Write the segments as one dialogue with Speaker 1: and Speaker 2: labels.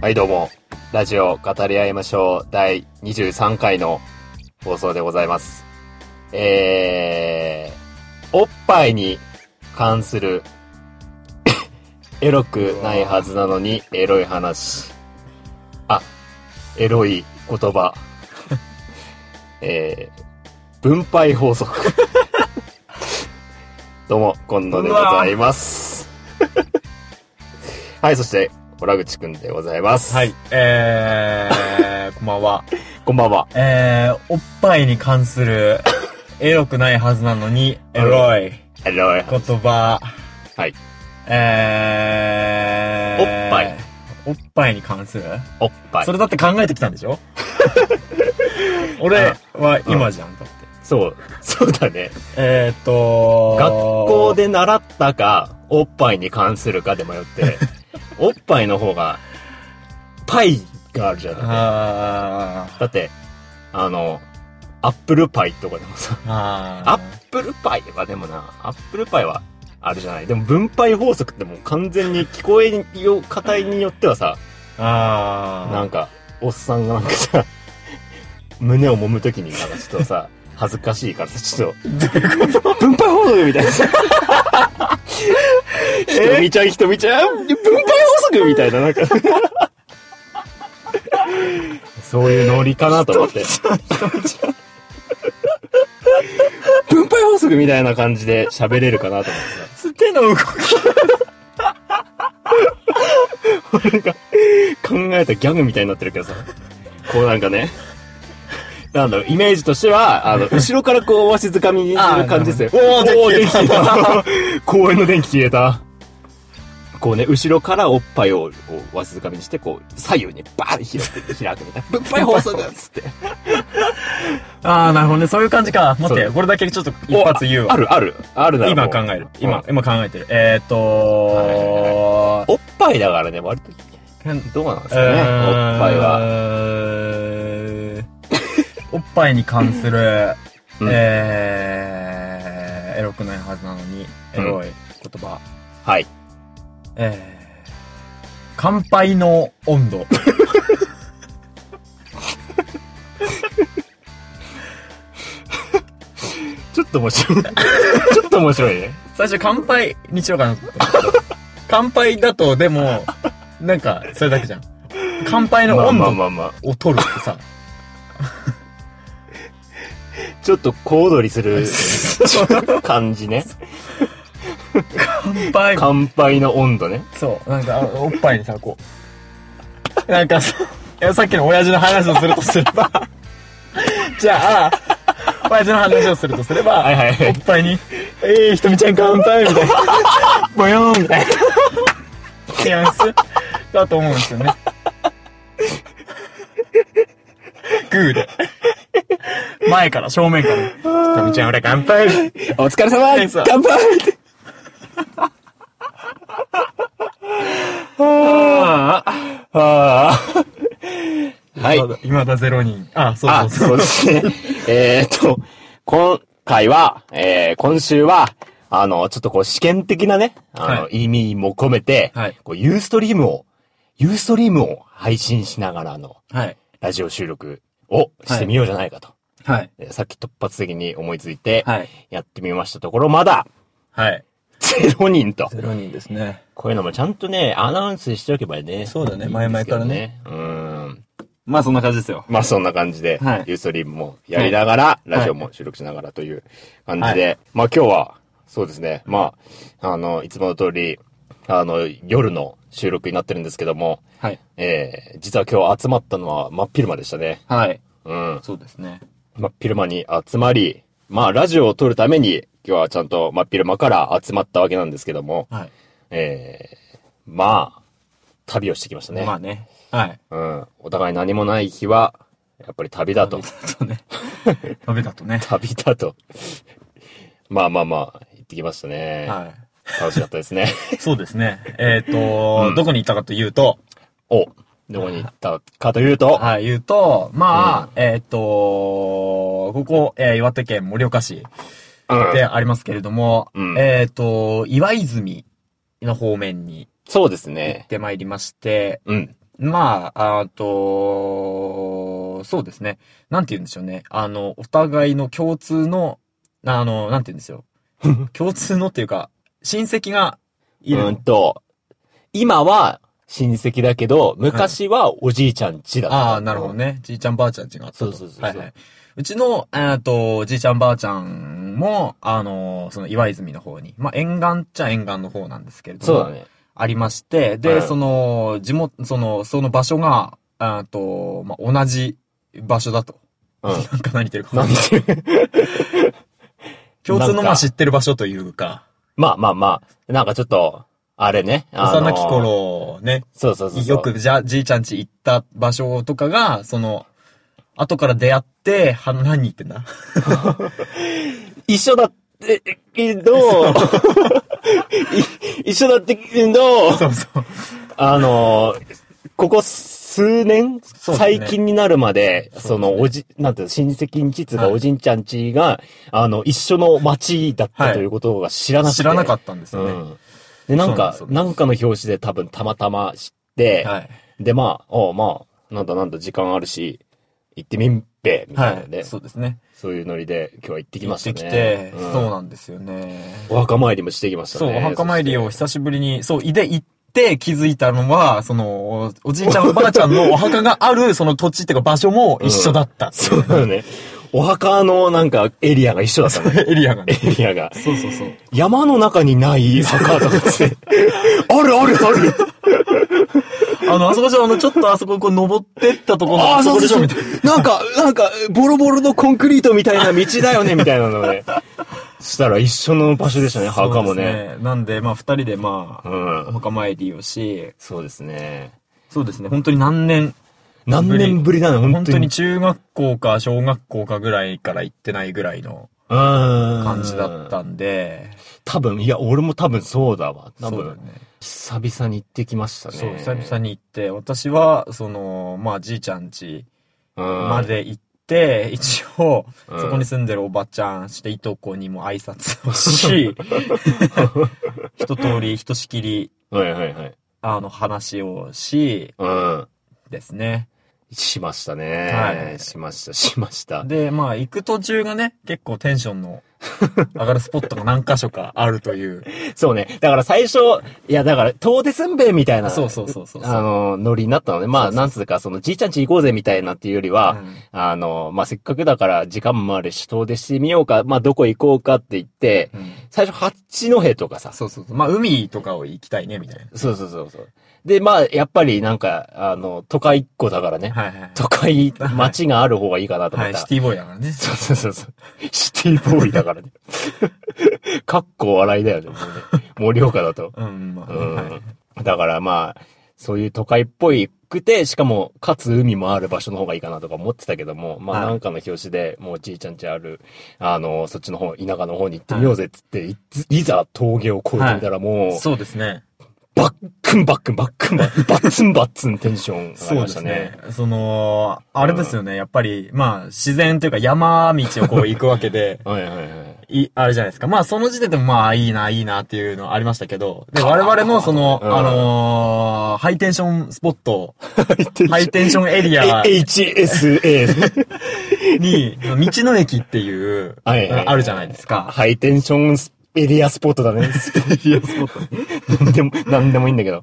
Speaker 1: はい、どうも。ラジオ語り合いましょう。第23回の放送でございます。えー、おっぱいに関する、 エロくないはずなのに、エロい話。あ、エロい言葉。 えー、分配法則。 どうも、今野でございます。はい、そして、小良口くんでございます。
Speaker 2: はい、えー、 こんばんは。
Speaker 1: こんばんは。
Speaker 2: えー、おっぱいに関する、エロくないはずなのに、エロい
Speaker 1: エロい。
Speaker 2: 言葉。
Speaker 1: はい。
Speaker 2: えー、
Speaker 1: おっぱい。
Speaker 2: おっぱいに関する、
Speaker 1: おっぱい。
Speaker 2: そ
Speaker 1: そ
Speaker 2: れだって考えてきたんで しょ俺は今じゃん、だって。
Speaker 1: う。そうだね。
Speaker 2: えーっと、
Speaker 1: 学校。で習ったか、おっぱいに関するかで迷 って、おっぱいの方が、パイがあるじゃない。
Speaker 2: あー
Speaker 1: だって、あの、アップルパイとかでもさ、
Speaker 2: あー。
Speaker 1: アップルパイはでもな、アップルパイはあるじゃない。でも分配法則ってもう完全に聞こえよ、方によってはさ、
Speaker 2: あー。
Speaker 1: なんか、おっさんがなんかさ、胸を揉むときになんかちょっとさ、恥ずかしいからさ、ちょっ と、分配法則みたいなさ。人見ちゃん、人見ちゃん、分配法則みたいな、なんか。そういうノリかなと思って。分配法則みたいな感じで喋れるかなと思ってさ。
Speaker 2: 手の動き。
Speaker 1: なんか、考えたギャグみたいになってるけどさ、こうなんかね、なんだろう、イメージとしては、あの、後ろからこう、わしづかみにする感じですよ。
Speaker 2: あーなるほ
Speaker 1: おー
Speaker 2: どおー
Speaker 1: 電気消えた公園の電気消えた。こうね、後ろからおっぱいを、こう、わしづかみにして、こう、左右にバーン開く、開くみたいな。ぶっぱい放送だっつって。
Speaker 2: あー、なるほどね。そういう感じか。待っ
Speaker 1: そ
Speaker 2: て、これだけちょっと一発言う
Speaker 1: おあ
Speaker 2: わ。
Speaker 1: るある。あるならも
Speaker 2: 今
Speaker 1: う
Speaker 2: 考える。今、
Speaker 1: う
Speaker 2: 今考えてる。えーっと
Speaker 1: んおっぱいだからね、割と、
Speaker 2: うん
Speaker 1: どうなんですか
Speaker 2: え
Speaker 1: ね、おっ
Speaker 2: ー
Speaker 1: ぱいは。
Speaker 2: おっぱいに関する、
Speaker 1: うん
Speaker 2: えーエロくないはずなのに、エロい言葉。
Speaker 1: はい。
Speaker 2: えー乾杯の 温度。
Speaker 1: ちょっと面白い。ちょっと面白いね。
Speaker 2: 最初乾杯にしようかなと思った。乾杯だと、でも、なんか、それだけじゃん。乾杯の
Speaker 1: まあ
Speaker 2: 温
Speaker 1: まあ
Speaker 2: 度
Speaker 1: まあまあ。
Speaker 2: を取るってさ。
Speaker 1: ちょっと小躍りす る感じね。
Speaker 2: 乾 杯
Speaker 1: 乾杯の温度ね。
Speaker 2: そう、なんか、あのおっぱいにさ、こう。なんかそう、いやさっきの親父の話をするとすれば、じゃあ、親父の話をするとすれば、
Speaker 1: はいはいはい
Speaker 2: おっぱいに、えー、ひとみちゃん乾杯みたいな、ぼよーんみたいな、ニュアンスだと思うんですよね。グーで。前から、正面から。ひとみちゃん、俺乾杯
Speaker 1: お疲れ様
Speaker 2: はいそう
Speaker 1: 乾杯 って
Speaker 2: ああ、
Speaker 1: ああ。はい。
Speaker 2: いまだゼロ人。あ、そうそ
Speaker 1: あ、
Speaker 2: うそう。
Speaker 1: そうです ね。えーっと、今回は、えー、今週は、あの、ちょっとこう試験的なね、あの、
Speaker 2: は
Speaker 1: 意味も込めて、
Speaker 2: はい
Speaker 1: こう、ユーストリームを、ユーストリームを配信しながらの、
Speaker 2: はい。
Speaker 1: ラジオ収録をしてみようじゃないかと。
Speaker 2: はい。
Speaker 1: えーさっき突発的に思いついて、
Speaker 2: はい。
Speaker 1: やってみましたところ、まだ、
Speaker 2: はい。
Speaker 1: ゼロ人と。
Speaker 2: ゼロ人ですね。
Speaker 1: こういうのもちゃんとね、アナウンスしておけばね。
Speaker 2: そうだね
Speaker 1: いいんですけど
Speaker 2: 前
Speaker 1: ね。うーん。
Speaker 2: まあそんな感じですよ。
Speaker 1: まあそんな感じで、
Speaker 2: はい
Speaker 1: ユーストリームもやりながら、ラジオも収録しながらという感じで、まあ今日は、そうですね、まあ、あの、いつもの通り、あの、夜の収録になってるんですけども、
Speaker 2: はい。
Speaker 1: えー、実は今日集まったのは真っ昼間でしたね。
Speaker 2: はい。
Speaker 1: うん。
Speaker 2: そうですね。
Speaker 1: 真っ昼間に集まり、まあラジオを撮るために、今日はちゃんと真っ昼間から集まったわけなんですけども、
Speaker 2: はい。
Speaker 1: えー、まあ、旅をしてきましたね。
Speaker 2: まあね。はい。
Speaker 1: うん。お互い何もない日は、やっぱり旅だと
Speaker 2: 旅。だと ね。旅だとね。
Speaker 1: 旅だと。 まあまあまあ、行ってきましたね。
Speaker 2: は
Speaker 1: 楽しかったです ね。
Speaker 2: い。そうですね。えっ、と、
Speaker 1: うん
Speaker 2: どこに行ったかというと、
Speaker 1: お、どこに行ったかというと、
Speaker 2: はい、言うと、まあ、えっ、と、ここ、えー岩手県盛岡市
Speaker 1: うん
Speaker 2: でありますけれども、
Speaker 1: うん
Speaker 2: えっ、と、岩泉の方面に
Speaker 1: そうです
Speaker 2: 行っ
Speaker 1: ね。
Speaker 2: てまいりまして、
Speaker 1: うん。
Speaker 2: まあ、あと、そうですね。なんて言うんでしょうね。あの、お互いの共通の、あの、なんて言うんです よ。共通のっていうか、親戚がいるの。
Speaker 1: うんと、今は親戚だけど、昔はおじいちゃん家だった。
Speaker 2: ああ、なるほど。ね。じいちゃんばあちゃんちがあった
Speaker 1: そう
Speaker 2: と。
Speaker 1: そうそうそう
Speaker 2: はいはい。うちの、えっと、じいちゃんばあちゃんも、あの、その岩泉の方に、まあ、沿岸っちゃ沿岸の方なんですけれども。
Speaker 1: そうだね。
Speaker 2: ありまして、で、
Speaker 1: うん
Speaker 2: その、地元、その、その場所が、あーと、まあ、同じ場所だと。
Speaker 1: うん。
Speaker 2: なん か何言ってるか
Speaker 1: な
Speaker 2: 分か
Speaker 1: ん
Speaker 2: んない。
Speaker 1: で
Speaker 2: 共
Speaker 1: な
Speaker 2: 通の
Speaker 1: んか
Speaker 2: まあ、知ってる場所というか、
Speaker 1: まあまあまあ、なんかちょっと、あれね。あの
Speaker 2: 幼き。頃ね、
Speaker 1: そうそうそうそう。
Speaker 2: よくじゃ、じいちゃん家行った場所とかが、その、後から出会って、は、何言ってんだ
Speaker 1: 一緒だって、けど、 い一緒だってけど、
Speaker 2: そうそう。
Speaker 1: あのーここ数年、
Speaker 2: そうですね
Speaker 1: 最近になるまで、そ
Speaker 2: そうですね
Speaker 1: の、おじ、なんていうの親戚んちつうか、
Speaker 2: はい
Speaker 1: おじんちゃんちが、あの、一緒の町だった
Speaker 2: はい
Speaker 1: ということが知らなくて。
Speaker 2: 知らなか
Speaker 1: っ
Speaker 2: ったんです
Speaker 1: う
Speaker 2: よね。
Speaker 1: ん。で、なんか、
Speaker 2: そうなんです
Speaker 1: なんかの表紙で多分たまたま知って、
Speaker 2: はい。
Speaker 1: で、まあ、おうまあ、なんだなんだ、時間あるし、行ってみんべ、みたいなね、
Speaker 2: はい。
Speaker 1: そ
Speaker 2: そうですね。
Speaker 1: ういうノリで今日は行ってき
Speaker 2: 行
Speaker 1: ま
Speaker 2: っ
Speaker 1: した
Speaker 2: て
Speaker 1: ね。
Speaker 2: きて、
Speaker 1: うん
Speaker 2: そうなんですよね。
Speaker 1: お墓参りもしてきました
Speaker 2: そう、
Speaker 1: ね。
Speaker 2: お墓参りを
Speaker 1: そし
Speaker 2: 久しぶりに、そう、いで行って気づいたのは、その、おおじいちゃんおばあちゃんのお墓がある、その土地っていうか場所も一緒だったって
Speaker 1: て。
Speaker 2: い
Speaker 1: そう だね。お墓のなんかエリアが一緒だったね。
Speaker 2: う、エリアがね。
Speaker 1: エリアが。
Speaker 2: そうそうそう。
Speaker 1: 山の中にない墓とか って。あるあるある
Speaker 2: あの、あそこじゃ、あの、ちょっとあそここう登ってったところの
Speaker 1: ああ、
Speaker 2: あ
Speaker 1: そ
Speaker 2: そこ
Speaker 1: う
Speaker 2: でし
Speaker 1: そ
Speaker 2: ょ、
Speaker 1: う
Speaker 2: みたい
Speaker 1: そう。なんか、なんか、ボロボロのコンクリートみたいな道だよね、みたいなのね。したら一緒の場所でしたね、
Speaker 2: な。
Speaker 1: 墓も
Speaker 2: そう
Speaker 1: ね。
Speaker 2: です。なんで、まあ、二人でまあ、
Speaker 1: うん
Speaker 2: お墓参りをし、
Speaker 1: そうですね。
Speaker 2: そうですね、本当に何年、
Speaker 1: 何年ぶりなの
Speaker 2: 本
Speaker 1: 本
Speaker 2: 当
Speaker 1: 当
Speaker 2: に
Speaker 1: に。
Speaker 2: 中学校か小学校かぐらいから行ってないぐらいの
Speaker 1: 感
Speaker 2: 感じだっ。たんで、
Speaker 1: 多分、いや、俺も多分そうだわ。多
Speaker 2: そうだよ
Speaker 1: 分、
Speaker 2: ね。
Speaker 1: 久々に行ってきましたね。
Speaker 2: そう、久々に行って、私は、その、まあ、じいちゃん家
Speaker 1: うん。
Speaker 2: まで行って、一応、
Speaker 1: うん
Speaker 2: そこに住んでるおばちゃん、していとこにも挨拶 をし、一通り、ひとしきり、
Speaker 1: はいはいはい。
Speaker 2: あの、話をし、
Speaker 1: うん。
Speaker 2: ですね。
Speaker 1: しましたね。
Speaker 2: はい
Speaker 1: しました、しました。
Speaker 2: で、まあ、行く途中がね、結構テンションの上がるスポットが何箇所かあるという。
Speaker 1: そうね。だから最初、いや、だから、遠出すんべえみたいな。
Speaker 2: そうそうそうそうそう
Speaker 1: あの、ノリになったのね。まあ、
Speaker 2: そうそう
Speaker 1: なんつうか、その、じいちゃんち行こうぜみたいなっていうよりは、
Speaker 2: うん
Speaker 1: あの、まあ、せっかくだから、時間もあるし、遠出してみようか、まあ、どこ行こうかって言って、
Speaker 2: うん
Speaker 1: 最初、八戸とかさ。
Speaker 2: そうそうそう。まあ、海とかを行きたいね、みたい
Speaker 1: そうそうそうそう。で、まあ、やっぱり、なんか、あの、都会っ子だからね。
Speaker 2: な。はいはい。
Speaker 1: 都会、街がある方がいいかなと思
Speaker 2: は
Speaker 1: っ
Speaker 2: い、
Speaker 1: た。
Speaker 2: シティボーイだからね。
Speaker 1: そうそうそうそう。シティボーイだからね。かっこ笑いだよね。もうね盛岡だと。
Speaker 2: うん、まあ、ねは
Speaker 1: う
Speaker 2: い。
Speaker 1: ん。だからまあ、そういう都会っぽいくて、しかも、かつ海もある場所の方がいいかなとか思ってたけども、まあ
Speaker 2: はい
Speaker 1: なんかの表紙でもうじいちゃんちある、あの、そっちの方、田舎の方に行ってみようぜっつって、いついざ峠を越えてみたらもう、
Speaker 2: そうですね。
Speaker 1: バックンバックンバックンバックン、バッツンバッツンテンション上がりましたね。。、
Speaker 2: その、あれですよね、やっぱり、まあ、自然というか山道をこう行くわけで
Speaker 1: はいはいはい。
Speaker 2: い、あれじゃないですか。まあ、その時点でもまあ、いいな、いいなっていうのありましたけど、で、
Speaker 1: か
Speaker 2: 我々のその、
Speaker 1: うん
Speaker 2: あのーハイテンションスポット、ハ
Speaker 1: は
Speaker 2: イテンションエリア
Speaker 1: HSA。
Speaker 2: に、道の駅っていう、
Speaker 1: はいはいはい
Speaker 2: あるじゃないですか。
Speaker 1: ハイテンションスエリアスポットだね。なんでも、なんでもいいんだけど。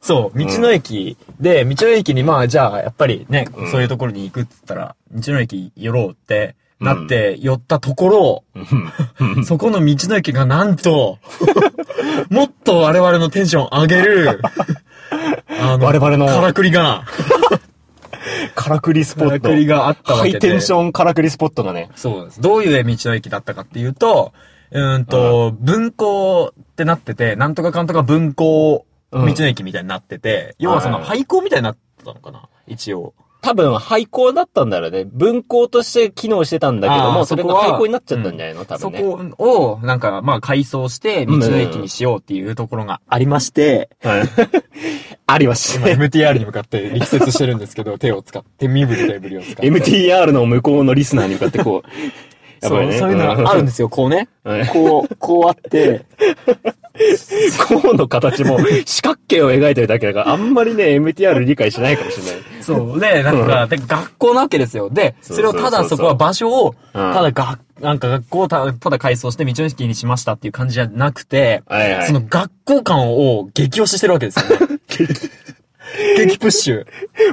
Speaker 2: そう、道の駅で、道の駅にまあ、じゃあ、やっぱりね、そういうところに行くって言ったら、道の駅寄ろうって、なって、寄ったところ、そこの道の駅がな んと、もっと我々のテンション上 げる、あ
Speaker 1: 我々の
Speaker 2: からくりが、
Speaker 1: からくりスポ
Speaker 2: から
Speaker 1: ット。
Speaker 2: くりがあったわ
Speaker 1: ハ
Speaker 2: けで。
Speaker 1: イテンションからくりスポットがね。
Speaker 2: そうです。どういう道の駅だったかっていうと、うーんと、文庫ってなってて、なんとかかんとか文庫道
Speaker 1: うん
Speaker 2: の駅みたいになってて、要はその
Speaker 1: はい
Speaker 2: 廃校みたいになってたのかな一応。
Speaker 1: 多分、廃校だったんだろうね。文校として機能してたんだけど
Speaker 2: あ
Speaker 1: も、
Speaker 2: ー
Speaker 1: それ
Speaker 2: そ
Speaker 1: が
Speaker 2: こは
Speaker 1: 廃校になっちゃったんじゃないの多
Speaker 2: そ
Speaker 1: 分ね。
Speaker 2: こを、なんか、まあ、改装して、道の駅にしようっていうところがありまして、
Speaker 1: ありまし
Speaker 2: 今
Speaker 1: たね。
Speaker 2: MTR に向かって力説してるんですけ ど、手を使って、身振り手振りを使って。
Speaker 1: MTR の向こうのリスナーに向かってこう。やっ
Speaker 2: そ
Speaker 1: ぱ
Speaker 2: う、
Speaker 1: りね。。
Speaker 2: そういうのがあるんですすよ。こうね
Speaker 1: うん。
Speaker 2: こう、こうあって、
Speaker 1: コーンの形も四角形を描いてるだけだから、あんまりね、MTR 理解しないかもしれない。
Speaker 2: そう。で、なんか、で学校なわけですよ。で、
Speaker 1: そう
Speaker 2: それを
Speaker 1: そ
Speaker 2: ただ
Speaker 1: うそうそう
Speaker 2: そこは場所を、ただ
Speaker 1: うん
Speaker 2: が、なんか学校をたただ改装して道の駅にしましたっていう感じじゃなくて、
Speaker 1: はいはい
Speaker 2: その学校感を激推ししてるわけですよ ね。激プッシュ。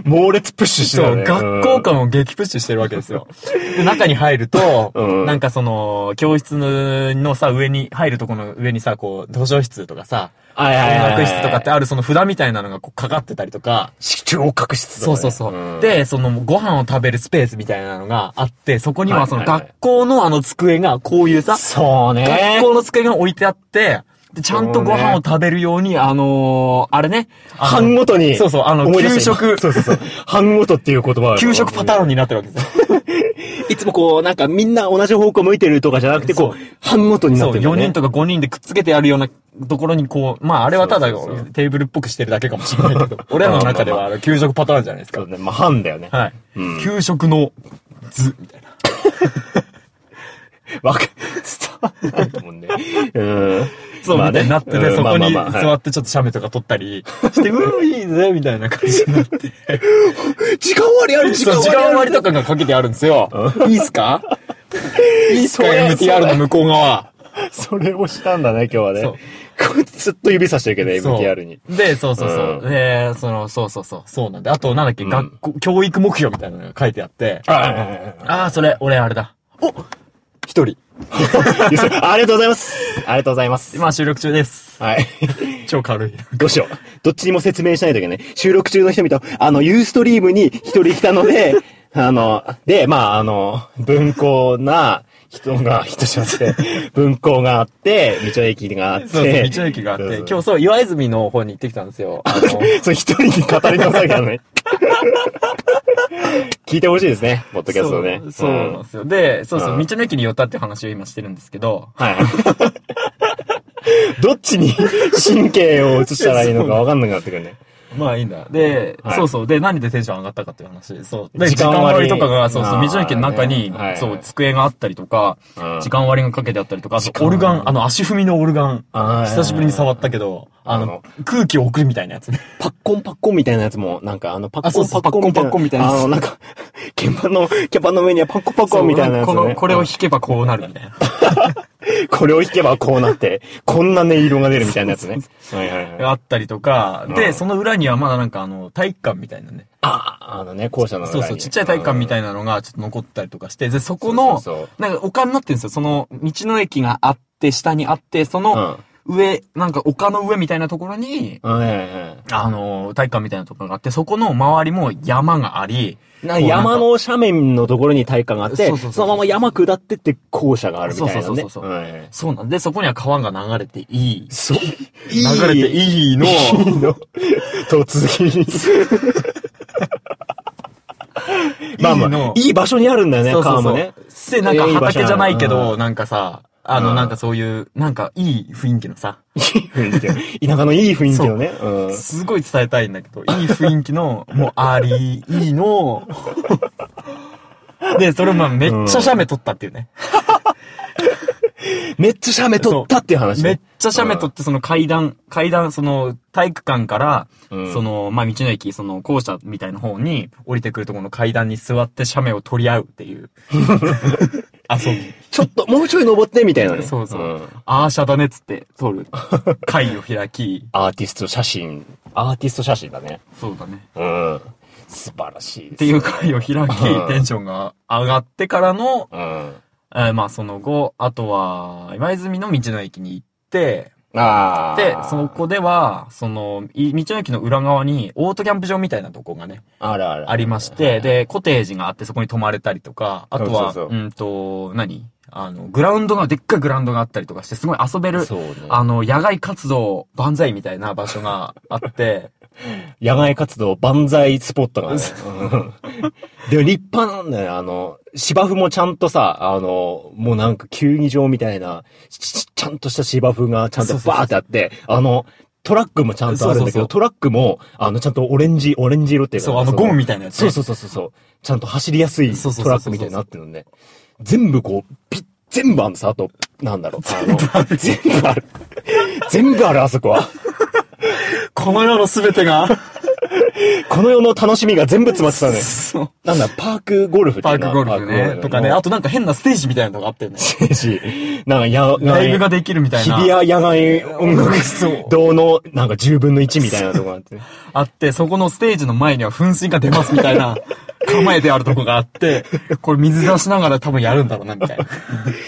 Speaker 1: 猛烈プッシュして
Speaker 2: そ
Speaker 1: た
Speaker 2: う、
Speaker 1: ね。
Speaker 2: 学校感を激プッシュしてるわけですよ。で、中に入ると、
Speaker 1: うん
Speaker 2: なんかその、教室のさ、上に、入るとこの上にさ、こう、図書室とかさ、
Speaker 1: はいはい
Speaker 2: 音
Speaker 1: はいはい
Speaker 2: 楽室とかってあるその札みたいなのがこうかかってたりとか、
Speaker 1: 視聴覚室とか
Speaker 2: そ
Speaker 1: ね
Speaker 2: うそうそう。
Speaker 1: ん
Speaker 2: で、その、ご飯を食べるスペースみたいなのがあって、そこにはその
Speaker 1: はいはいはい
Speaker 2: 学校のあの机が、こういうさ、
Speaker 1: そうね。
Speaker 2: 学校の机が置いてあって、で、ちゃんとご飯を食べるように、あのーあれね、あの
Speaker 1: 班ごとに。
Speaker 2: そうそうあの
Speaker 1: 思い出した
Speaker 2: 給食
Speaker 1: そうそうそう。班ごとっていう言葉がある
Speaker 2: 給食パターンになってるわけですよ。
Speaker 1: いつもこう、なんかみんな同じ方向向いてるとかじゃなくて、こう、班ごとにな
Speaker 2: そ
Speaker 1: っ
Speaker 2: う、
Speaker 1: てるんだ
Speaker 2: 4
Speaker 1: よね。
Speaker 2: 人とか5人でくっつけてやるようなところにこう、まああれはただ
Speaker 1: そうそうそう
Speaker 2: テーブルっぽくしてるだけかもしれないけど、俺らの中ではあの給食パターンじゃないです
Speaker 1: そ
Speaker 2: か
Speaker 1: う。ね。まあ、班だよね。
Speaker 2: はい。
Speaker 1: うん
Speaker 2: 給食の図みたいな。
Speaker 1: わか、伝わらないもんね。うん。
Speaker 2: そう、
Speaker 1: まあ
Speaker 2: みたいになってて、
Speaker 1: うん
Speaker 2: そこに
Speaker 1: まあまあまあ
Speaker 2: 座
Speaker 1: はい
Speaker 2: ってちょっと写メとか撮ったり して、うーいいぜ、みたいな感じになって。
Speaker 1: 時間割ある時
Speaker 2: そう、時間割とかがかけてあるんですよ。いいっすかいいっすか
Speaker 1: それ
Speaker 2: ?MTR の向こう側。
Speaker 1: それをしたんだね、今日はね。
Speaker 2: そ
Speaker 1: こ
Speaker 2: う
Speaker 1: うずっと指さしてるけど、
Speaker 2: そう
Speaker 1: MTR に。。
Speaker 2: で、そうそうそうう。で、その、そうそうそう。そうなんで。あと、なんだっけ、
Speaker 1: うん
Speaker 2: 学校、教育目標みたいなのが書いてあって。
Speaker 1: あ
Speaker 2: ああ、それ、俺あれだ。お一人。
Speaker 1: りがとうございます。ありがとうございます。
Speaker 2: 今収録中です。
Speaker 1: はい。
Speaker 2: 超軽い。
Speaker 1: どうしよう。どっちにも説明しないといけない。収録中の人々、あの、ユーストリームに一人来たので、 あの、で、まあ、あの、文庫な人が、人じゃなくて、文庫があって、道の駅があって、
Speaker 2: そうそう、道の駅があって、今日そう、岩泉の方に行ってきたんですよ。あ の、
Speaker 1: そう、一人に語り直さなきゃね。 聞いてほしいですね、ポッドキャストをね。
Speaker 2: そうそうなん
Speaker 1: ん
Speaker 2: ですよ。で、そうそうう、
Speaker 1: ん
Speaker 2: 道の駅に寄ったって話を今してるんですけど、
Speaker 1: はい。どっちに神経を移したらいいのか分かんなくなってくるね。
Speaker 2: まあいいんだ。で、
Speaker 1: はい
Speaker 2: そうそう。で、何でテンション上がったかっていう話。そう。で、
Speaker 1: 時
Speaker 2: 時
Speaker 1: 間
Speaker 2: 間
Speaker 1: 割
Speaker 2: 割とかが、そうそ
Speaker 1: あ
Speaker 2: う、
Speaker 1: ー
Speaker 2: 道の駅の中に、
Speaker 1: ねはい
Speaker 2: そう、机があったりとか、
Speaker 1: うん
Speaker 2: 時間割がかけてあったりとか、あと
Speaker 1: 時間
Speaker 2: オル
Speaker 1: 割
Speaker 2: ガン、あの、足踏みのオルガン、
Speaker 1: あー
Speaker 2: 久しぶりに触ったけど、あ
Speaker 1: あ
Speaker 2: の
Speaker 1: の、
Speaker 2: 空気を送るみたいなやつ ね。
Speaker 1: パッコンパッコンみたいなやつも、なんかあの、パ
Speaker 2: あ
Speaker 1: ッ
Speaker 2: そ
Speaker 1: コ
Speaker 2: う
Speaker 1: ン
Speaker 2: そ
Speaker 1: パ
Speaker 2: う
Speaker 1: ッコン
Speaker 2: パッコンパッコンみたいなやつ
Speaker 1: あの、なんか、 鍵盤の、鍵盤の上にはパッコンパッコンみたいなやつ、ね。
Speaker 2: そうこの、これを弾けばこうなるみたい
Speaker 1: う
Speaker 2: な。
Speaker 1: んこれを弾けばこうなって、こんな音色が出るみたいなやつ ね。はいはいはい。
Speaker 2: あったりとか、
Speaker 1: う
Speaker 2: で、
Speaker 1: ん
Speaker 2: その裏にはまだなんかあの、体育館みたいなね。
Speaker 1: あ、あのね、校舎の中
Speaker 2: そ
Speaker 1: に
Speaker 2: うそう、ちっちゃい体育館みた
Speaker 1: い
Speaker 2: いなのがちょっと残ったりとかして、で、そこの
Speaker 1: そうそう、
Speaker 2: なんか丘になってるんですよ。その、道の駅があって、下にあって、その、上、なんか丘の上みたいなところに、
Speaker 1: うん。はいはいはい。
Speaker 2: あの、体育館みたいなところがあって、そこの周りも山があり、
Speaker 1: な
Speaker 2: こうなんか
Speaker 1: 山の斜面のところに体育館があって、
Speaker 2: そうそうそうそう
Speaker 1: そのまま山下ってって校舎があるみたいなね。
Speaker 2: そうそうそうそう
Speaker 1: はいはい
Speaker 2: そうなんで、そこには川が流れていい。
Speaker 1: そう。
Speaker 2: 流れていいの、
Speaker 1: いいの。突撃。まあ
Speaker 2: いい
Speaker 1: まあ
Speaker 2: の、
Speaker 1: いい場所にあるんだよね、
Speaker 2: そうそう
Speaker 1: 川
Speaker 2: そ
Speaker 1: も
Speaker 2: う。
Speaker 1: ね。
Speaker 2: で、なんか
Speaker 1: いい場所
Speaker 2: 畑じゃないけ
Speaker 1: う
Speaker 2: ど、
Speaker 1: ん
Speaker 2: なんかさ、あ
Speaker 1: う
Speaker 2: の、
Speaker 1: ん
Speaker 2: なんかそういう、なんかいい雰囲気のさ、
Speaker 1: いい雰囲気。田舎のいい雰囲気をね。うん
Speaker 2: すごい伝えたいんだけど、いい雰囲気の、もう、あり、い いの。で、それもめっちゃ写メ撮ったっていうね。
Speaker 1: めっちゃ斜面取ったっていう話ね。
Speaker 2: めっちゃ写メ撮って、その階段、階段、その体育館から、
Speaker 1: うん
Speaker 2: その、まあ、道の駅、その校舎みたいな方に降りてくるところの階段に座って写メを撮り合うっていう。 遊び。
Speaker 1: ちょっと、もうちょい登ってみたいなね。
Speaker 2: そうそう。
Speaker 1: ん
Speaker 2: アーシャだねっつって撮る。会を開き。
Speaker 1: アーティスト写真。アーティスト写真だね。
Speaker 2: そうだね。
Speaker 1: うん。素晴らしいっ
Speaker 2: っていう会を開き、テンションが上がってからの、
Speaker 1: うん。
Speaker 2: えーまあその後、あとは、今泉の道の駅に行って、
Speaker 1: ああ。
Speaker 2: で、そこでは、その、い道の駅の裏側に、オートキャンプ場みたいなとこがね、
Speaker 1: あるある。
Speaker 2: ありまして、、で、コテージがあってそこに泊まれたりとか、あとは、
Speaker 1: そうそう
Speaker 2: う
Speaker 1: そ
Speaker 2: んと、何あの、グラウンドが、でっかいグラウンドがあったりとかして、すごい遊べる、
Speaker 1: そうね。
Speaker 2: あの、野外活動万歳みたいな場所があ って、
Speaker 1: 野外活動万歳スポットがね。うんでも立派なんだよ。あの、芝生もちゃんとさ、あの、もうなんか球技場みたいな、ちちちゃんとした芝生がちゃんと
Speaker 2: そうそうそう
Speaker 1: バーってあって、あの、トラックもちゃんとあるんだけ
Speaker 2: そう
Speaker 1: ど、
Speaker 2: そうそう
Speaker 1: トラックも、あの、ちゃんとオレンジ、オレンジ色っていうか。
Speaker 2: そう、あの、ゴムみたいなやつね、
Speaker 1: そうそうそうそうそう。ちゃんと走りやすい
Speaker 2: そうそうそうそう
Speaker 1: トラックみたいになってるのね。全部こう、ピッ全部あんのさ、あと、なんだろう。あの全部ある。全部ある、あそこは。
Speaker 2: この世の全てが、
Speaker 1: この世の楽しみが全部詰まってたね。
Speaker 2: そう
Speaker 1: なんだ、パークゴルフって
Speaker 2: パ
Speaker 1: いう
Speaker 2: ー
Speaker 1: の
Speaker 2: クゴルフね。とかね。あとなんか変なステージみたいなのがあったよね。
Speaker 1: だし、なんかや、
Speaker 2: ライブができるみたい
Speaker 1: 日
Speaker 2: な。
Speaker 1: 比谷野外音楽
Speaker 2: そう
Speaker 1: 堂の、なんか10分の1みたいなとこがあってね。
Speaker 2: あって、そこのステージの前には噴水が出ますみたいな構えてあるとこがあって、これ水出しながら多分やるんだろうなみたいな。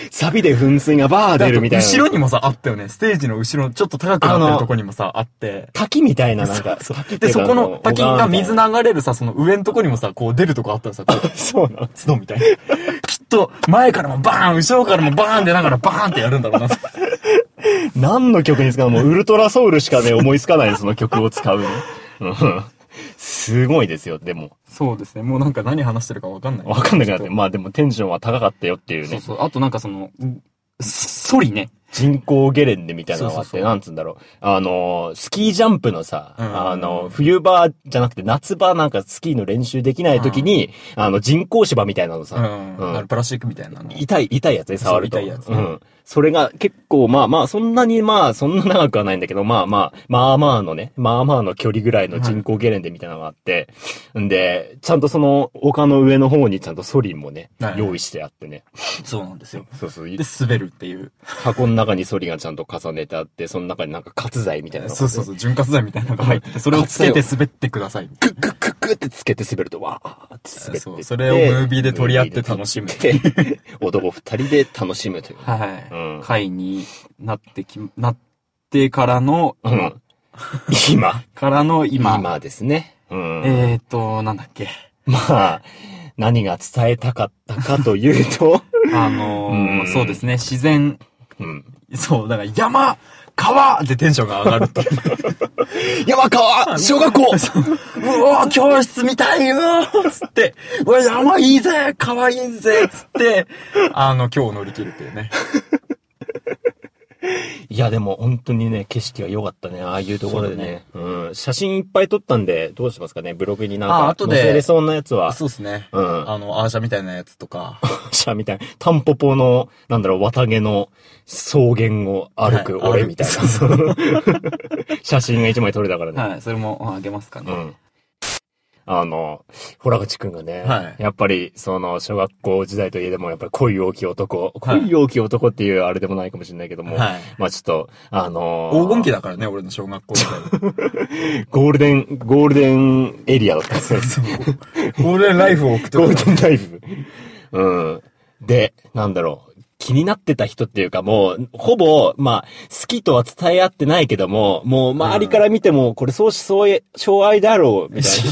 Speaker 1: サビで噴水がバー出るみたいな。
Speaker 2: 後ろにもさ、あったよね。ステージの後ろ、ちょっと高くなってるとこにもさ、あって。
Speaker 1: 滝みたいな、なんか、滝って
Speaker 2: で、
Speaker 1: いうか
Speaker 2: そこの滝が
Speaker 1: あ
Speaker 2: 水。流れるさ、その上のとこにもさ、こう出るとこあったらさ、こう、
Speaker 1: 小川みたいなそうなの。
Speaker 2: 角みたいな。きっと、前からもバーン、後ろからもバーン出ながらバーンってやるんだろうな。
Speaker 1: 何の曲に使うのもうウルトラソウルしかね、思いつかないその曲を使うの。うんすごいですよ、でも。
Speaker 2: そうですね。もうなんか何話してるかわかんない。
Speaker 1: わかんなくなって。まあでもテンションは高かったよっていう
Speaker 2: そう
Speaker 1: ね。
Speaker 2: そう。あとなんかその、ソリね。
Speaker 1: 人工ゲレンデみたいなのがあっ
Speaker 2: そうそ
Speaker 1: て、
Speaker 2: うそう
Speaker 1: なんつうんだろう。あのー、スキージャンプのさ、
Speaker 2: うん
Speaker 1: あの、冬場じゃなくて夏場なんかスキーの練習できない時に、あの、人工芝みたいなの
Speaker 2: う
Speaker 1: さ、
Speaker 2: ん。
Speaker 1: うん
Speaker 2: あのプラスチックみたいなの。
Speaker 1: 痛い、痛いやつで触ると。
Speaker 2: そう痛いやつ
Speaker 1: うん。それが結構、まあまあ、そんなにまあ、そんな長くはないんだけど、まあまあ、まあまあのね、まあまあの距離ぐらいの人工ゲレンデみたいなのがあって、んで、ちゃんとその丘の上の方にちゃんとソリンもね
Speaker 2: は、い
Speaker 1: 用意してあってね。
Speaker 2: そうなんですよ。
Speaker 1: そうそう。
Speaker 2: で、滑るっていう。
Speaker 1: 箱の中にソリがちゃんと重ねてあって、その中になんか活剤みたいなのが
Speaker 2: そうそうそう、潤滑剤みたいなのが入ってて、それをつけて滑ってください。
Speaker 1: クックックックッってつけて滑ると、わーって滑ってって。
Speaker 2: そうそれをムービーで取り合って楽しむ
Speaker 1: ムービーで取り合って。男二人で楽しむという。
Speaker 2: はい。
Speaker 1: うん
Speaker 2: 会になってき、なってからの、
Speaker 1: うん。今。
Speaker 2: からの今。
Speaker 1: 今ですね。うん。
Speaker 2: えっ、ー、と、なんだっけ。
Speaker 1: まあ、何が伝えたかったかという と、
Speaker 2: あのー
Speaker 1: うん
Speaker 2: そうですね、自然、
Speaker 1: うん。
Speaker 2: そう、だから山、川でテンションが上がると。
Speaker 1: 山川 小学 校
Speaker 2: うわ教室みたいよつって、うわ、山いいぜ川いいぜつって、あの、今日を乗り切るっていうね。
Speaker 1: いや、でも本当にね、景色が良かったね。ああいうところでね。うん。写真いっぱい撮ったんで、どうしますかね。ブログになん
Speaker 2: あ
Speaker 1: か、
Speaker 2: 後で
Speaker 1: 載せれそうなやつは。
Speaker 2: そうですね。
Speaker 1: うん
Speaker 2: あの、アーシャみたいなやつとか。
Speaker 1: シャみたいな、タンポポの、なんだろう、綿毛の草原を歩く
Speaker 2: はい
Speaker 1: 俺みたいな。 写真が一枚撮れたからね。
Speaker 2: はい、それもあげますか
Speaker 1: う
Speaker 2: ね。
Speaker 1: ん。あの、洞口くんがね、
Speaker 2: はい
Speaker 1: やっぱり、その、小学校時代といえども、やっぱり恋大きい男、
Speaker 2: はい
Speaker 1: 恋大きい男っていうあれでもないかもしれないけども、
Speaker 2: はい
Speaker 1: まあちょっと、あのー
Speaker 2: 黄金期だからね、俺の小学校時代。
Speaker 1: ゴールデン、ゴールデンエリアだったん ですよ。
Speaker 2: ゴールデンライフを送って
Speaker 1: ゴールデンライブ。うん。で、なんだろう。気になってた人っていうかもう、ほぼ、まあ、好きとは伝え合ってないけども、もう周りから見ても、これ相思相愛、相愛だろう、みたいな。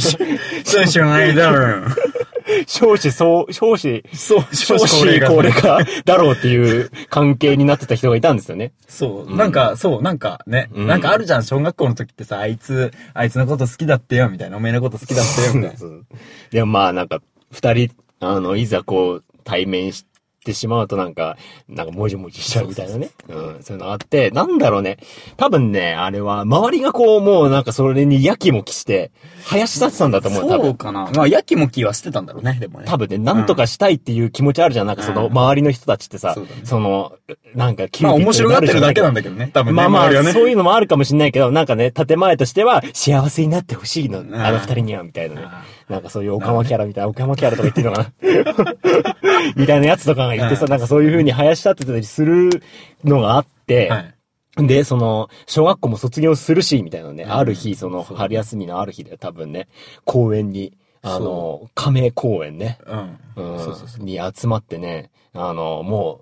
Speaker 2: そうしないだろう。
Speaker 1: 少子相、少子、
Speaker 2: そう、
Speaker 1: 少子高齢化だろうっていう関係になってた人がいたんですよね。
Speaker 2: そう、なんか、そう、なんかね、
Speaker 1: うん
Speaker 2: なんかあるじゃん、小学校の時ってさ、あいつ、あいつのこと好きだってよ、みたいな、おめえのこと好きだって よ、みたい
Speaker 1: う
Speaker 2: な。
Speaker 1: んでもまあなんか、二人、あの、いざこう、対面してしまうとなんか、なんかもじもじしちゃうみたいなね。うん、そういうのがあって、なんだろうね。多分ね、あれは、周りがこう、もうなんかそれにやきもきして、林立さんだと思う、多
Speaker 2: そう
Speaker 1: 分。
Speaker 2: かな。まあ、やきもきはしてたんだろうね、でもね。
Speaker 1: 多分ね、なんとかしたいっていう気持ちあるじゃん。なんかその、
Speaker 2: うん
Speaker 1: 周りの人たちってさ、
Speaker 2: そうだね
Speaker 1: その、なんか、
Speaker 2: まあ、面白がってるだけなん
Speaker 1: だ
Speaker 2: だけどね、多分ね。
Speaker 1: まあま
Speaker 2: 周りは
Speaker 1: あ、
Speaker 2: ね
Speaker 1: そういうのもあるかもしれないけど、なんかね、建前としては、幸せになってほしいの、
Speaker 2: ん
Speaker 1: あの二人には、みたいなね
Speaker 2: あ。
Speaker 1: なんかそういうオカマキャラみたいな、オカマキャラとか言ってるのかな みたいなやつとかが言ってさ、
Speaker 2: うん
Speaker 1: なんかそういう風に林立てたりするのがあって、
Speaker 2: はい。
Speaker 1: で、その、小学校も卒業するし、みたいなね、
Speaker 2: ん
Speaker 1: ある日、その、
Speaker 2: そう
Speaker 1: 春休みのある日で多分ね、公園に、あの
Speaker 2: そ、
Speaker 1: 亀公園ね、
Speaker 2: うん。
Speaker 1: うん
Speaker 2: そうそうそう。
Speaker 1: に集まってね、あの、も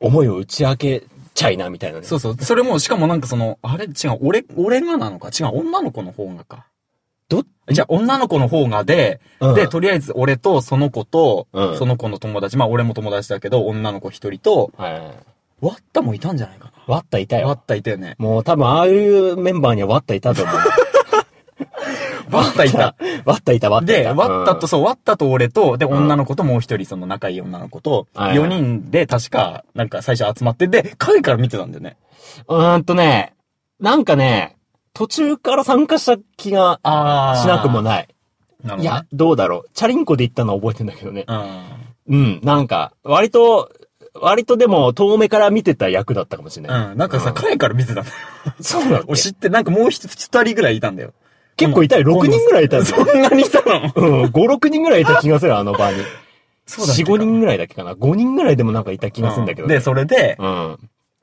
Speaker 1: う、思いを打ち明けちゃいな、みたいなね。
Speaker 2: そうそう。それも、しかもなんかその、あれ違う、俺、俺がなのか違う、女の子の方がか。
Speaker 1: ど
Speaker 2: じゃあ、女の子の方がで、
Speaker 1: うん
Speaker 2: で、とりあえず俺とその子と、
Speaker 1: うん
Speaker 2: その子の友達、まあ俺も友達だけど、女の子一人と、
Speaker 1: はいはいはい。
Speaker 2: ワッタもいたんじゃないか
Speaker 1: ワッタいた
Speaker 2: な。ワ
Speaker 1: よ
Speaker 2: ッ。タいたよね。
Speaker 1: もう多分ああいうメンバーにはワッタいたと 思う。
Speaker 2: ワッタいた。。
Speaker 1: ワッタいた、ワッタい
Speaker 2: で、
Speaker 1: た。
Speaker 2: ワッタと、そう、ワッタと俺と、で、
Speaker 1: ん
Speaker 2: 女の子ともう一人、その仲いい女の子と、
Speaker 1: はい
Speaker 2: 4人で確か、なんか最初集まって、で、影から見てたんだよね。
Speaker 1: うん。うーんとね、なんかね、途中から参加した気が
Speaker 2: あ
Speaker 1: しなくも
Speaker 2: な
Speaker 1: ない。
Speaker 2: るほどね。
Speaker 1: いや、どうだろう。チャリンコで行ったのは覚えてんだけどね。
Speaker 2: うん。
Speaker 1: うん、なんか、割と、割とでも、遠目から見てた役だったかもしれない。
Speaker 2: うん。なんかさ、彼から見てたんだよ。
Speaker 1: そうなの
Speaker 2: お知って、なんかもう一二人ぐらいいたんだよ。
Speaker 1: 結構いたよ。6人ぐらいいたよ。
Speaker 2: そんなにいたの
Speaker 1: うん、5、6人ぐらいいた気がする、あの場に。
Speaker 2: そうだっけ
Speaker 1: 4、
Speaker 2: か
Speaker 1: 5人ぐらいだっけかな。5人ぐらいでもなんかいた気がするんだけど。
Speaker 2: で、それで、
Speaker 1: うん。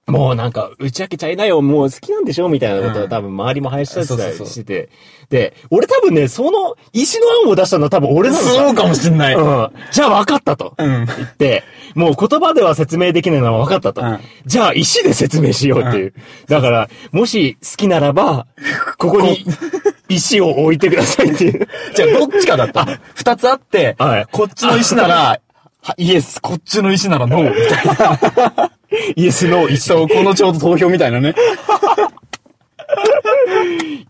Speaker 1: もうなんか、打ち明けちゃいなよ、もう好きなんでしょみたいなこと
Speaker 2: う
Speaker 1: は
Speaker 2: ん
Speaker 1: 多分周りも林立
Speaker 2: そうそう
Speaker 1: て
Speaker 2: そ
Speaker 1: た
Speaker 2: う
Speaker 1: りしてて。で、俺多分ね、その石の案を出したのは多分俺なの
Speaker 2: そうかもしんない。うん。
Speaker 1: うん。じゃあ分かったと。言って、もう言葉では説明できないのは分かったと。
Speaker 2: うん
Speaker 1: じゃあ石で説明しようっていう。だから、もし好きならば、ここに石を置いてくださいっていう。
Speaker 2: じゃあ、どっちかだったの。二つあって、
Speaker 1: はい
Speaker 2: こっちの石な ら、はイエス、こっちの石ならノー、みたいな。
Speaker 1: イエスの石。
Speaker 2: そう、このちょうど投票みたいなね。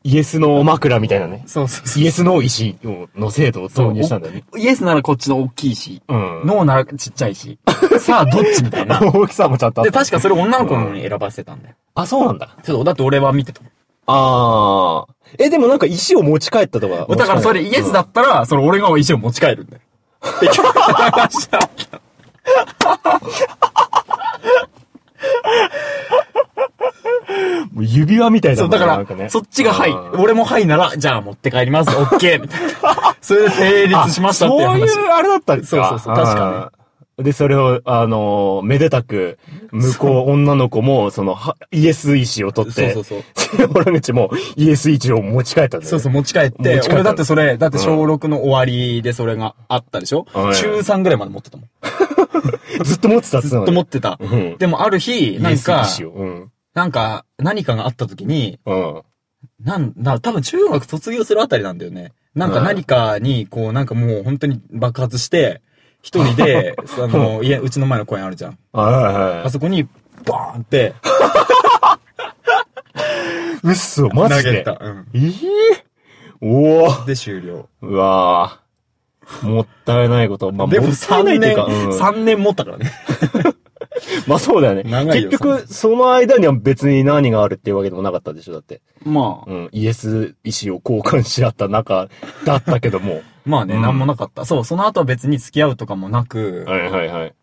Speaker 1: イエスの枕みたいなね。
Speaker 2: そうそう
Speaker 1: イエスの石の制度を
Speaker 2: そ
Speaker 1: 導
Speaker 2: う。
Speaker 1: 入したんだよね。
Speaker 2: おイエスならこっちの大きい石。
Speaker 1: うん
Speaker 2: ノーならちっちゃい 石。さあ、どっちみたいな。
Speaker 1: 大きさもちゃんとあっ
Speaker 2: で、
Speaker 1: た
Speaker 2: 確かそれ女の子のに選ばせたんだよ。
Speaker 1: あ、そうなんだ。
Speaker 2: ちょっと、だって俺は見てたもん。
Speaker 1: ああ。え、でもなんか石を持ち帰ったとか。
Speaker 2: だからそれ
Speaker 1: 持ち
Speaker 2: イ
Speaker 1: 帰
Speaker 2: エ
Speaker 1: る
Speaker 2: スだったら、それ俺が石を持ち帰るん だよ。っていう話だった
Speaker 1: もう指輪みたいな
Speaker 2: そ
Speaker 1: も
Speaker 2: う、
Speaker 1: ん
Speaker 2: だか
Speaker 1: なんね
Speaker 2: ら、そっちがはい。
Speaker 1: うん
Speaker 2: 俺もはいなら、じゃあ持って帰ります。オッケー。みたい な。それで成立しましたっていう
Speaker 1: あ
Speaker 2: 話。
Speaker 1: そういうあれだったんですか
Speaker 2: そうそうそう確か
Speaker 1: ね。で、それを、あのー、めでたく、向こう女の子も、その、はイエス石を取って、
Speaker 2: そうそう
Speaker 1: そう。で、俺口もイエス石を持ち帰ったんだよね、
Speaker 2: そうそう、持ち帰って。
Speaker 1: 持ち帰った
Speaker 2: 俺だってそれ、だって小6の終わりでそれがあったでしょ、
Speaker 1: はい
Speaker 2: 中3ぐらいまで持ってたもん。
Speaker 1: ずっと持ってたっつう
Speaker 2: ず
Speaker 1: の
Speaker 2: っと持
Speaker 1: ね
Speaker 2: ってた。
Speaker 1: うん
Speaker 2: でもある日、
Speaker 1: イ
Speaker 2: な
Speaker 1: エ
Speaker 2: ん
Speaker 1: ス
Speaker 2: か、
Speaker 1: 石を。うん。
Speaker 2: なんか、何かがあった時に、
Speaker 1: うん。
Speaker 2: なんだ、多分中学卒業するあたりなんだよね。なんか
Speaker 1: うん
Speaker 2: 何かに、こう、なんかもう本当に爆発して、一 人で、あの、家、うちの前の公園あるじゃん。
Speaker 1: はいはいは
Speaker 2: あそこに、バーンって、
Speaker 1: い。うっそ、
Speaker 2: 投
Speaker 1: マジ
Speaker 2: げ
Speaker 1: で。
Speaker 2: た。うん。
Speaker 1: ええおお
Speaker 2: で、終了。
Speaker 1: うわぁ。もったいないこと。まあ、
Speaker 2: でも
Speaker 1: っ
Speaker 2: 3
Speaker 1: たいないってい
Speaker 2: 年
Speaker 1: うか、うん、
Speaker 2: 3年持ったからね。
Speaker 1: まあそうだよね。
Speaker 2: 長いよ
Speaker 1: 結局、その間には別に何があるっていうわけでもなかったでしょ、だって。
Speaker 2: まあ、
Speaker 1: うん、イエス意思を交換し合った中だったけども。
Speaker 2: まあね、
Speaker 1: うん
Speaker 2: なんもなかった。そう、その後は別に付き合うとかもなく、
Speaker 1: はいはいはい。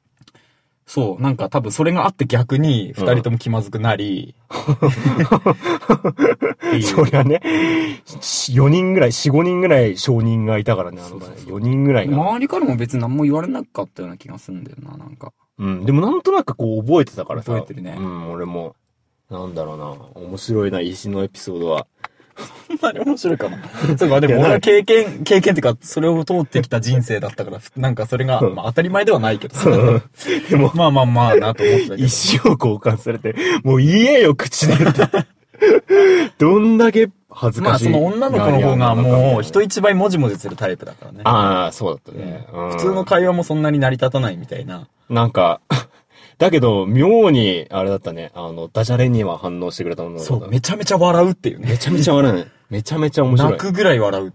Speaker 2: そう、なんか多分それがあって逆に、二人とも気まずくなり、ってい う
Speaker 1: そりゃね、4人ぐらい、4、5人ぐらい証人がいたからね、あの場合
Speaker 2: そうそうそう
Speaker 1: 4人ぐらいが。
Speaker 2: 周りからも別に何も言われなかったような気がするんだよな、なんか。
Speaker 1: うん、でもなんとなくこう覚えてたからさ。
Speaker 2: 覚えてるね
Speaker 1: うん、俺も。なんだろうな、面白いな、石のエピソードは。
Speaker 2: そんなに面白いかな。そうか、でも
Speaker 1: いや
Speaker 2: 俺
Speaker 1: な
Speaker 2: はい経験、経験っていうか、それを通ってきた人生だったから、なんかそれが、まあ当たり前ではないけど。
Speaker 1: でも、
Speaker 2: まあまあまあなと思ってたけど。
Speaker 1: 石を交換されて、もう言えよ、口でって。 どんだけ恥ず
Speaker 2: ま
Speaker 1: か
Speaker 2: あ
Speaker 1: しい。
Speaker 2: その女の子の方がもう人一倍もじもじするタイプだからね。
Speaker 1: ああ、そうだった
Speaker 2: ね
Speaker 1: ね。うん
Speaker 2: 普通の会話もそんなに成り立たないみたいな。
Speaker 1: なんか、 だけど、妙に、あれだったね。あの、ダジャレには反応してくれたもの
Speaker 2: そう、
Speaker 1: め
Speaker 2: めちゃめちゃ笑うっていうね。
Speaker 1: ちゃめちゃ笑うね。めちゃめちゃ面白い。
Speaker 2: 泣くぐらい笑 う。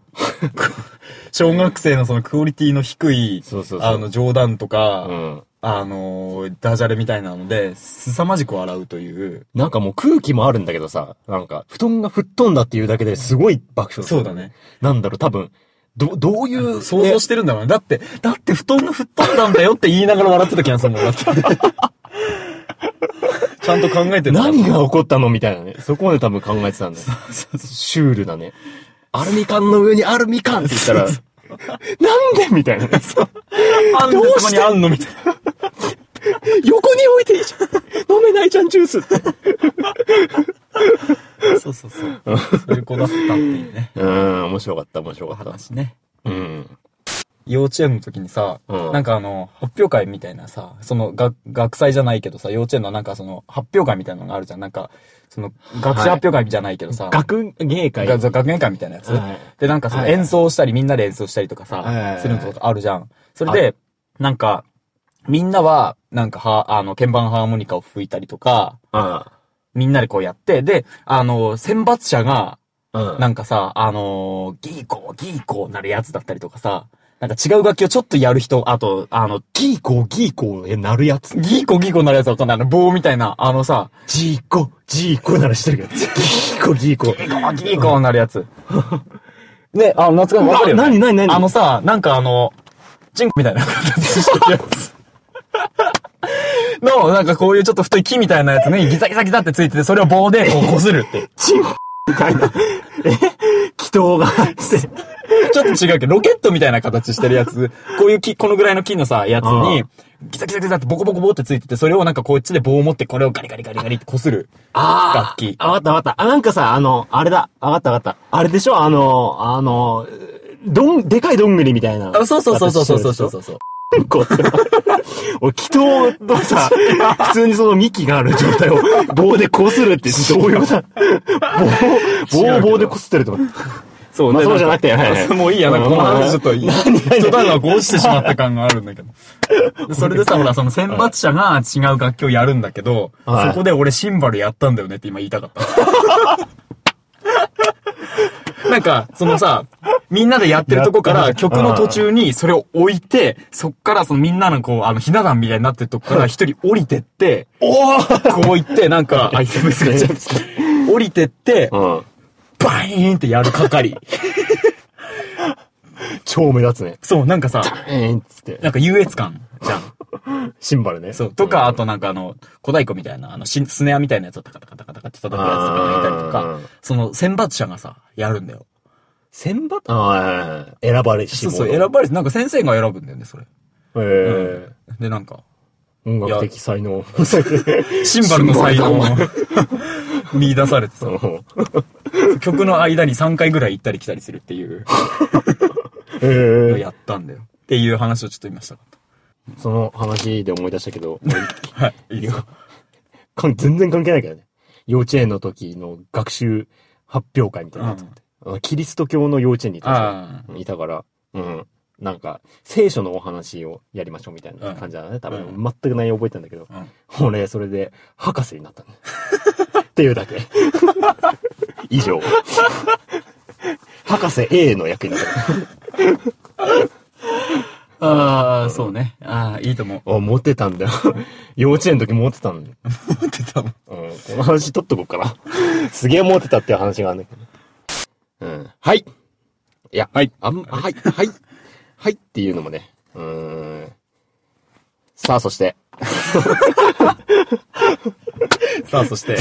Speaker 2: 小学生のそのクオリティの低い、
Speaker 1: そうそうそう
Speaker 2: あの冗談と
Speaker 1: う
Speaker 2: か、
Speaker 1: ん。
Speaker 2: あの、ダジャレみたいなので、凄まじく笑うという。
Speaker 1: なんかもう空気もあるんだけどさ、なんか、布団が吹っ飛んだっていうだけですごい爆笑する
Speaker 2: そうだね。
Speaker 1: なんだろう、多分、ど、どういう、
Speaker 2: 想像してるんだろうね。だって、だって布団が吹っ飛んだんだよって言いながら笑ってた気がするもん。だってちゃんと考えて
Speaker 1: ね
Speaker 2: る
Speaker 1: 何が起こったのみたいな ね。そこまで多分考えてたんだよ。シュールだね。アルミ缶の上にアルミ缶って言ったら、なんでみたいなね。
Speaker 2: あんで
Speaker 1: どうして
Speaker 2: そこにあんのみたいな。
Speaker 1: 横に置いていいじゃん。飲めないじゃん、ジュースって。
Speaker 2: そうそうそう。そういう子だったっていうね。
Speaker 1: うん、面白かった、面白かった。
Speaker 2: 話ね。
Speaker 1: うん。
Speaker 2: 幼稚園の時にさ、
Speaker 1: うん
Speaker 2: なんかあの、発表会みたいなさ、その、が学祭じゃないけどさ、幼稚園のなんかその、発表会みたいなのがあるじゃん。なんか、その、学習発表会じゃないけどさ、
Speaker 1: 学芸会。
Speaker 2: が学園会みたいなやつ。
Speaker 1: はい
Speaker 2: で、なんかその
Speaker 1: はい
Speaker 2: 演奏したり、みんなで演奏したりとかさ、
Speaker 1: はいはいはい
Speaker 2: するのとかあるじゃん。それ
Speaker 1: は
Speaker 2: で、なんか、みんなは、なんか、は、あの、鍵盤ハーモニカを吹いたりとか、
Speaker 1: あ
Speaker 2: みんなでこうやって、で、あの、選抜者が、
Speaker 1: あ。うん。
Speaker 2: なんかさ、あのーギーコー、ギーコーなるやつだったりとかさ、なんか違う楽器をちょっとやる人、あと、あの、
Speaker 1: ギーコーギーコーなるやつ。
Speaker 2: ギーコー、ギーコーなるやつわかんない。あの、棒みたいな、あのさ、
Speaker 1: ジーコ、ジーコならして るけど。ギーコ、ギーコ。
Speaker 2: ギーコー、ギーコーなるやつ。 ね、あの、夏がわかるよ、ね。
Speaker 1: うわ何何何
Speaker 2: あの さ、なんかあの、ジンコみたいな形してるやつ。の、なんかこういうちょっと太い木みたいなやつにギザギザギザってついてて、それを棒でこう擦るっていう。
Speaker 1: みたいな。え祈祷があって。
Speaker 2: ちょっと違うけど、ロケットみたいな形してるやつ、こういう木、このぐらいの木のさ、やつに、ギザギザギザってボコボコボコってついてて、それをなんかこっちで棒を持ってこれをガリガリガリガリって擦る。
Speaker 1: あ
Speaker 2: 楽器
Speaker 1: あ、わかったわかった。あ、なんかさ、あの、あれだ。わかったわかった。あれでしょあの、あの、どん、でかいどんぐりみたいな。
Speaker 2: あそうそうそうそうそうそうそうそうそう。
Speaker 1: こうって。俺、祈祷と さ、普通にその幹がある状態を棒でこするってどういうことだ棒、棒を棒でこすってると思う。
Speaker 2: そう
Speaker 1: まあそうじゃなくて
Speaker 2: んか
Speaker 1: はいはい
Speaker 2: もういいや、なんかこの話ちょっと、いい人だがこうしてしまった感があるん だけど。でそれでさ、ほら、その選抜者が違う楽器をやるんだけど、
Speaker 1: はい
Speaker 2: そこで俺シンバルやったんだよねって今言いたかった。なんか、そのさ、みんなでやってるとこか
Speaker 1: やっ
Speaker 2: ら
Speaker 1: た
Speaker 2: 曲の途中にそれを置いて、そっからそのみんなのこう、あの、ひな壇みたいになってるとこから一人降りてって、
Speaker 1: お
Speaker 2: こう行って、なん か、あ、いや別に降りてって、
Speaker 1: おうん。
Speaker 2: バーンってやる係。
Speaker 1: 超目立つね。
Speaker 2: そう、なんかさ、
Speaker 1: えーんっつって。
Speaker 2: なんか優越感じゃん。
Speaker 1: シンバルね。
Speaker 2: そう。とか、あとなんかあの、小太鼓みたいな、あの、しスネアみたいなやつをタカタカタカタカって叩くやつとかがいたりと
Speaker 1: あ
Speaker 2: か
Speaker 1: ー、
Speaker 2: その、選抜者がさ、やるんだよ。選抜
Speaker 1: あはいはいはい選ばれし
Speaker 2: そう
Speaker 1: 者
Speaker 2: そう、選ばれて、なんか先生が選ぶんだよね、それ。
Speaker 1: えー
Speaker 2: で、なんか、
Speaker 1: 音楽的才能。
Speaker 2: シンバルの才能を見出されてさ、曲の間に3回ぐらい行ったり来たりするっていう
Speaker 1: え
Speaker 2: の
Speaker 1: ー
Speaker 2: をやったんだよ。っていう話をちょっと今したかっ
Speaker 1: その話で思い出したけど、
Speaker 2: た。はい。いいですか
Speaker 1: かん全然関係ないからね。幼稚園の時の学習発表会みたいなやつがあってあのキリスト教の幼稚園にいたんですよ
Speaker 2: ああ。
Speaker 1: いたから、うん。なんか、聖書のお話をやりましょうみたいな感じだね。多分、
Speaker 2: うん
Speaker 1: 全く内容覚えてんだけど、俺、それで、博士になったね。っていうだけ。以 上。博士 A の役になった。
Speaker 2: ああ、そうね。ああ、いいと思う。
Speaker 1: あ、モテたん だよ。幼稚園の時モテたんだよ。
Speaker 2: 思ってたもん。
Speaker 1: うん。この話取っとこうかな。すげえモテたっていう話があるんだけど。うん。はい。いや、
Speaker 2: はい。
Speaker 1: あん、はい、はい、はいっていうのもね。うーん。さあ、そして。
Speaker 2: さあ、そして。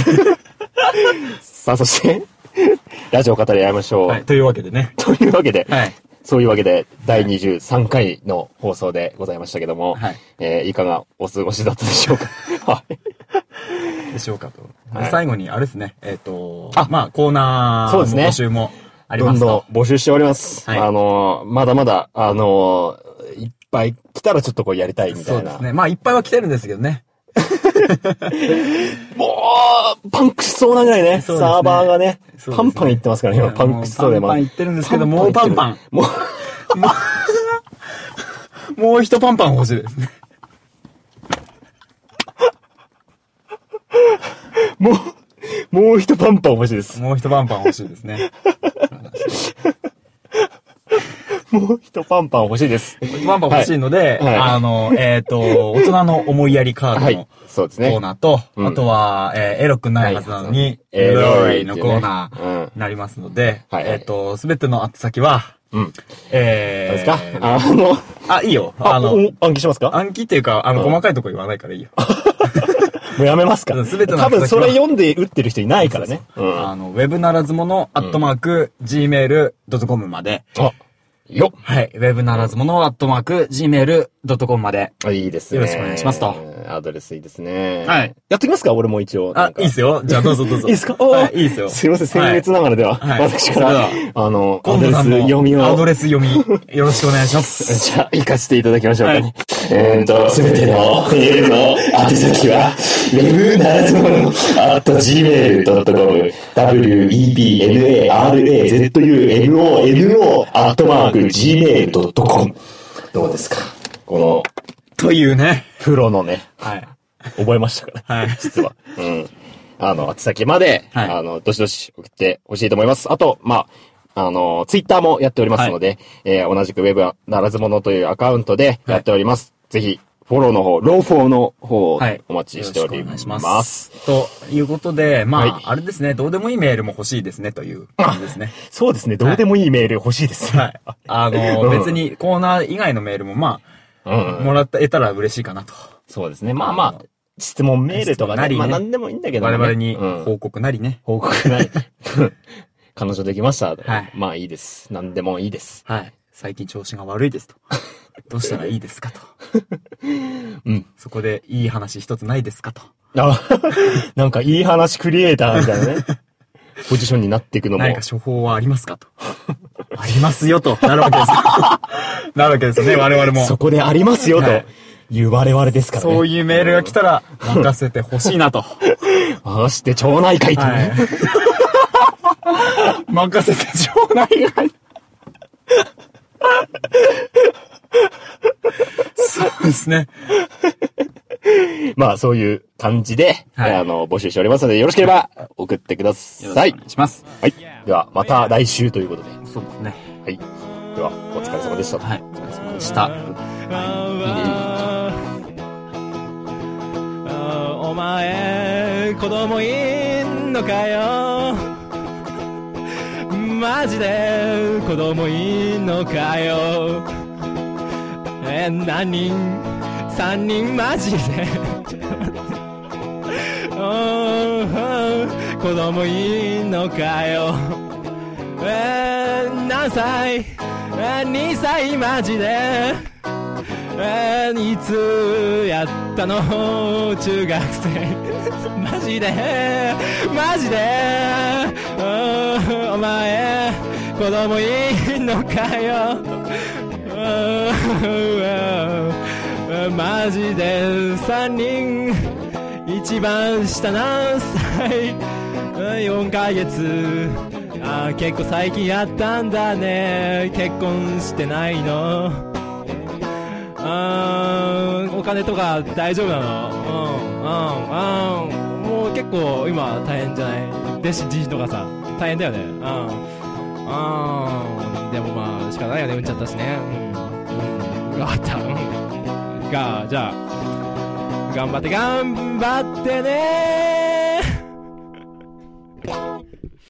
Speaker 1: さあ、そして、 ラジオ語り合いましょう。
Speaker 2: はい。というわけでね。
Speaker 1: というわけで、
Speaker 2: はい。
Speaker 1: そういうわけで、第23回の放送でございましたけども、
Speaker 2: はい
Speaker 1: えーいかがお過ごしだったでしょうか。 はい。
Speaker 2: でしょうかと。で
Speaker 1: はい
Speaker 2: 最後に、あれですね。えっ、と、
Speaker 1: あ
Speaker 2: まあ、コーナー
Speaker 1: そう
Speaker 2: の
Speaker 1: ですね
Speaker 2: 募集もあり
Speaker 1: ど
Speaker 2: ま
Speaker 1: ん
Speaker 2: すと。
Speaker 1: どん募集しております。
Speaker 2: はい
Speaker 1: あのーまだまだ、あのーいっぱい来たらちょっとこうやりたいみた
Speaker 2: そう
Speaker 1: い
Speaker 2: で
Speaker 1: な。
Speaker 2: すね。まあ、いっぱいは来てるんですけどね。
Speaker 1: もう、パンクしそうなぐらいね、
Speaker 2: そうですね
Speaker 1: サーバーがね
Speaker 2: そうですね
Speaker 1: パンパンいってますから、
Speaker 2: い
Speaker 1: 今、
Speaker 2: や
Speaker 1: パンクしそうで、
Speaker 2: もうパンパンいってるんですけど
Speaker 1: いってる
Speaker 2: もうパンパ
Speaker 1: もう、
Speaker 2: もう一パンパン欲しいですね。
Speaker 1: もう、もう一パンパン欲しいです。
Speaker 2: もう一パンパン欲し いですね。
Speaker 1: もう一パンパン欲しいです。
Speaker 2: パンパン欲しいので、
Speaker 1: はいはい
Speaker 2: あの、えっ、と、大人の思いやりカードの、
Speaker 1: はい。そうですね。
Speaker 2: コーナーと、
Speaker 1: うん
Speaker 2: あとは、えーエロくないはずなのに、
Speaker 1: ないはず
Speaker 2: エ
Speaker 1: なのに
Speaker 2: ロいのコーナ
Speaker 1: エロいっていうね
Speaker 2: ーになりますので、
Speaker 1: はい
Speaker 2: えっ、と、すべての宛先は、
Speaker 1: うん。どうで
Speaker 2: え
Speaker 1: す
Speaker 2: ー、
Speaker 1: か、あの、
Speaker 2: あ、いいよ。
Speaker 1: あ
Speaker 2: あの、
Speaker 1: の、暗記しますか
Speaker 2: 暗記っていうか、あの、
Speaker 1: うん
Speaker 2: 細かいとこ言わないからいいよ。
Speaker 1: もうやめますか
Speaker 2: 全ての
Speaker 1: 多分それ
Speaker 2: 先は
Speaker 1: 読んで打ってる人いないからね。うん。
Speaker 2: あの、ウェブならずもの、アットマーク、gmail.com まで。
Speaker 1: あ、よ
Speaker 2: はい。ウェブならずもの、アットマーク、gmail.com まで。
Speaker 1: っいいですね。
Speaker 2: よろしくお願いしますと。
Speaker 1: アドレスいいですね。
Speaker 2: はい。
Speaker 1: やっときますか俺も一応。な
Speaker 2: あ
Speaker 1: ん、か
Speaker 2: いいっすよ。じゃあ、どうぞどうぞ。
Speaker 1: いいですかおー
Speaker 2: はい、いいっすよ。
Speaker 1: すいません、
Speaker 2: は
Speaker 1: 先月ながらでは、
Speaker 2: はい
Speaker 1: 私から
Speaker 2: それ、
Speaker 1: あの、ア
Speaker 2: 今
Speaker 1: ド
Speaker 2: 度
Speaker 1: レス
Speaker 2: さんの
Speaker 1: 読みを。
Speaker 2: アドレス読み、よろしくお願いします。
Speaker 1: じゃあ、行かせていただきましょうか
Speaker 2: はい
Speaker 1: ね。えーと、すべてのメールの宛先は、web ならずもの、at gmail.com、webanarazumono、at gmail.com。どうですかこの、
Speaker 2: というね。
Speaker 1: プロのね、
Speaker 2: はい。
Speaker 1: 覚えましたから、
Speaker 2: はい。
Speaker 1: 実は。 うん。あの、宛先まで、
Speaker 2: はい
Speaker 1: あの、どしどし送ってほしいと思います。あと、まあ、あの、ツイッターもやっておりますので、えー同じくウェブならずものというアカウントでやっております。ぜひ、フォローの方、ローフォーの方を
Speaker 2: はい。
Speaker 1: お待ちしており
Speaker 2: よろ
Speaker 1: ま
Speaker 2: く
Speaker 1: す。
Speaker 2: お願いしますということで、まあ、
Speaker 1: はい
Speaker 2: あれですね、どうでもいいメールも欲しいですね、という感じです ね。
Speaker 1: そうですね、どうでもいいメール欲しいです。
Speaker 2: はい。あ
Speaker 1: う
Speaker 2: の、
Speaker 1: ん
Speaker 2: 別にコーナー以外のメールも、ま
Speaker 1: うん
Speaker 2: あ、もらった、得たら嬉しいかなと。
Speaker 1: そうですね。まあまあ、質問メールとか
Speaker 2: な
Speaker 1: ね、
Speaker 2: りね
Speaker 1: まあ何でもいいんだけど、ね、
Speaker 2: 我々に
Speaker 1: うん
Speaker 2: 報告なりね。
Speaker 1: 報告 ない。彼女できました。
Speaker 2: はい
Speaker 1: まあいいです。何でもいいです。
Speaker 2: はい。最近調子が悪い ですと。どうしたらいいですかと。
Speaker 1: うん。
Speaker 2: そこでいい話一つないですかと。
Speaker 1: あ、 なんかいい話クリエイターみたいなね。ポジションになっていくのも
Speaker 2: 何。か処方はありますかと。ありますよと。なるわけです よ。なるわけですよね、我々も。
Speaker 1: そこでありますよと
Speaker 2: はい
Speaker 1: いう我々ですからね。
Speaker 2: そういうメールが来たら、任せてほしいなと。は
Speaker 1: ああして町内会というね。
Speaker 2: い。 任せてちょ うだいが。そうですね。
Speaker 1: まあそういう感じで、
Speaker 2: はい
Speaker 1: あの、募集しておりますので、よろしければ送ってください。
Speaker 2: お願いします。
Speaker 1: はい。では、また来週ということで。は
Speaker 2: そうですね。
Speaker 1: い。では、お疲れ様でした。
Speaker 2: はい。お疲れ様でした。
Speaker 3: お前子供いんのかよマジで子供いんのかよえ何人3人マジでうん子供いんのかよえ何歳え2歳マジでえーいつやったの中学生マジでマジでうんお前子供いんのかようんうんマジで3人一番下何歳うん4ヶ月あー結構最近やったんだね結婚してないのあーお金とか大丈夫なのうんうんうんもう結構今大変じゃない弟子じとかさ大変だよねうんうんでもまあ仕方ないよね産んちゃったしねうんうん分かったうんがじゃあ頑張って頑張ってね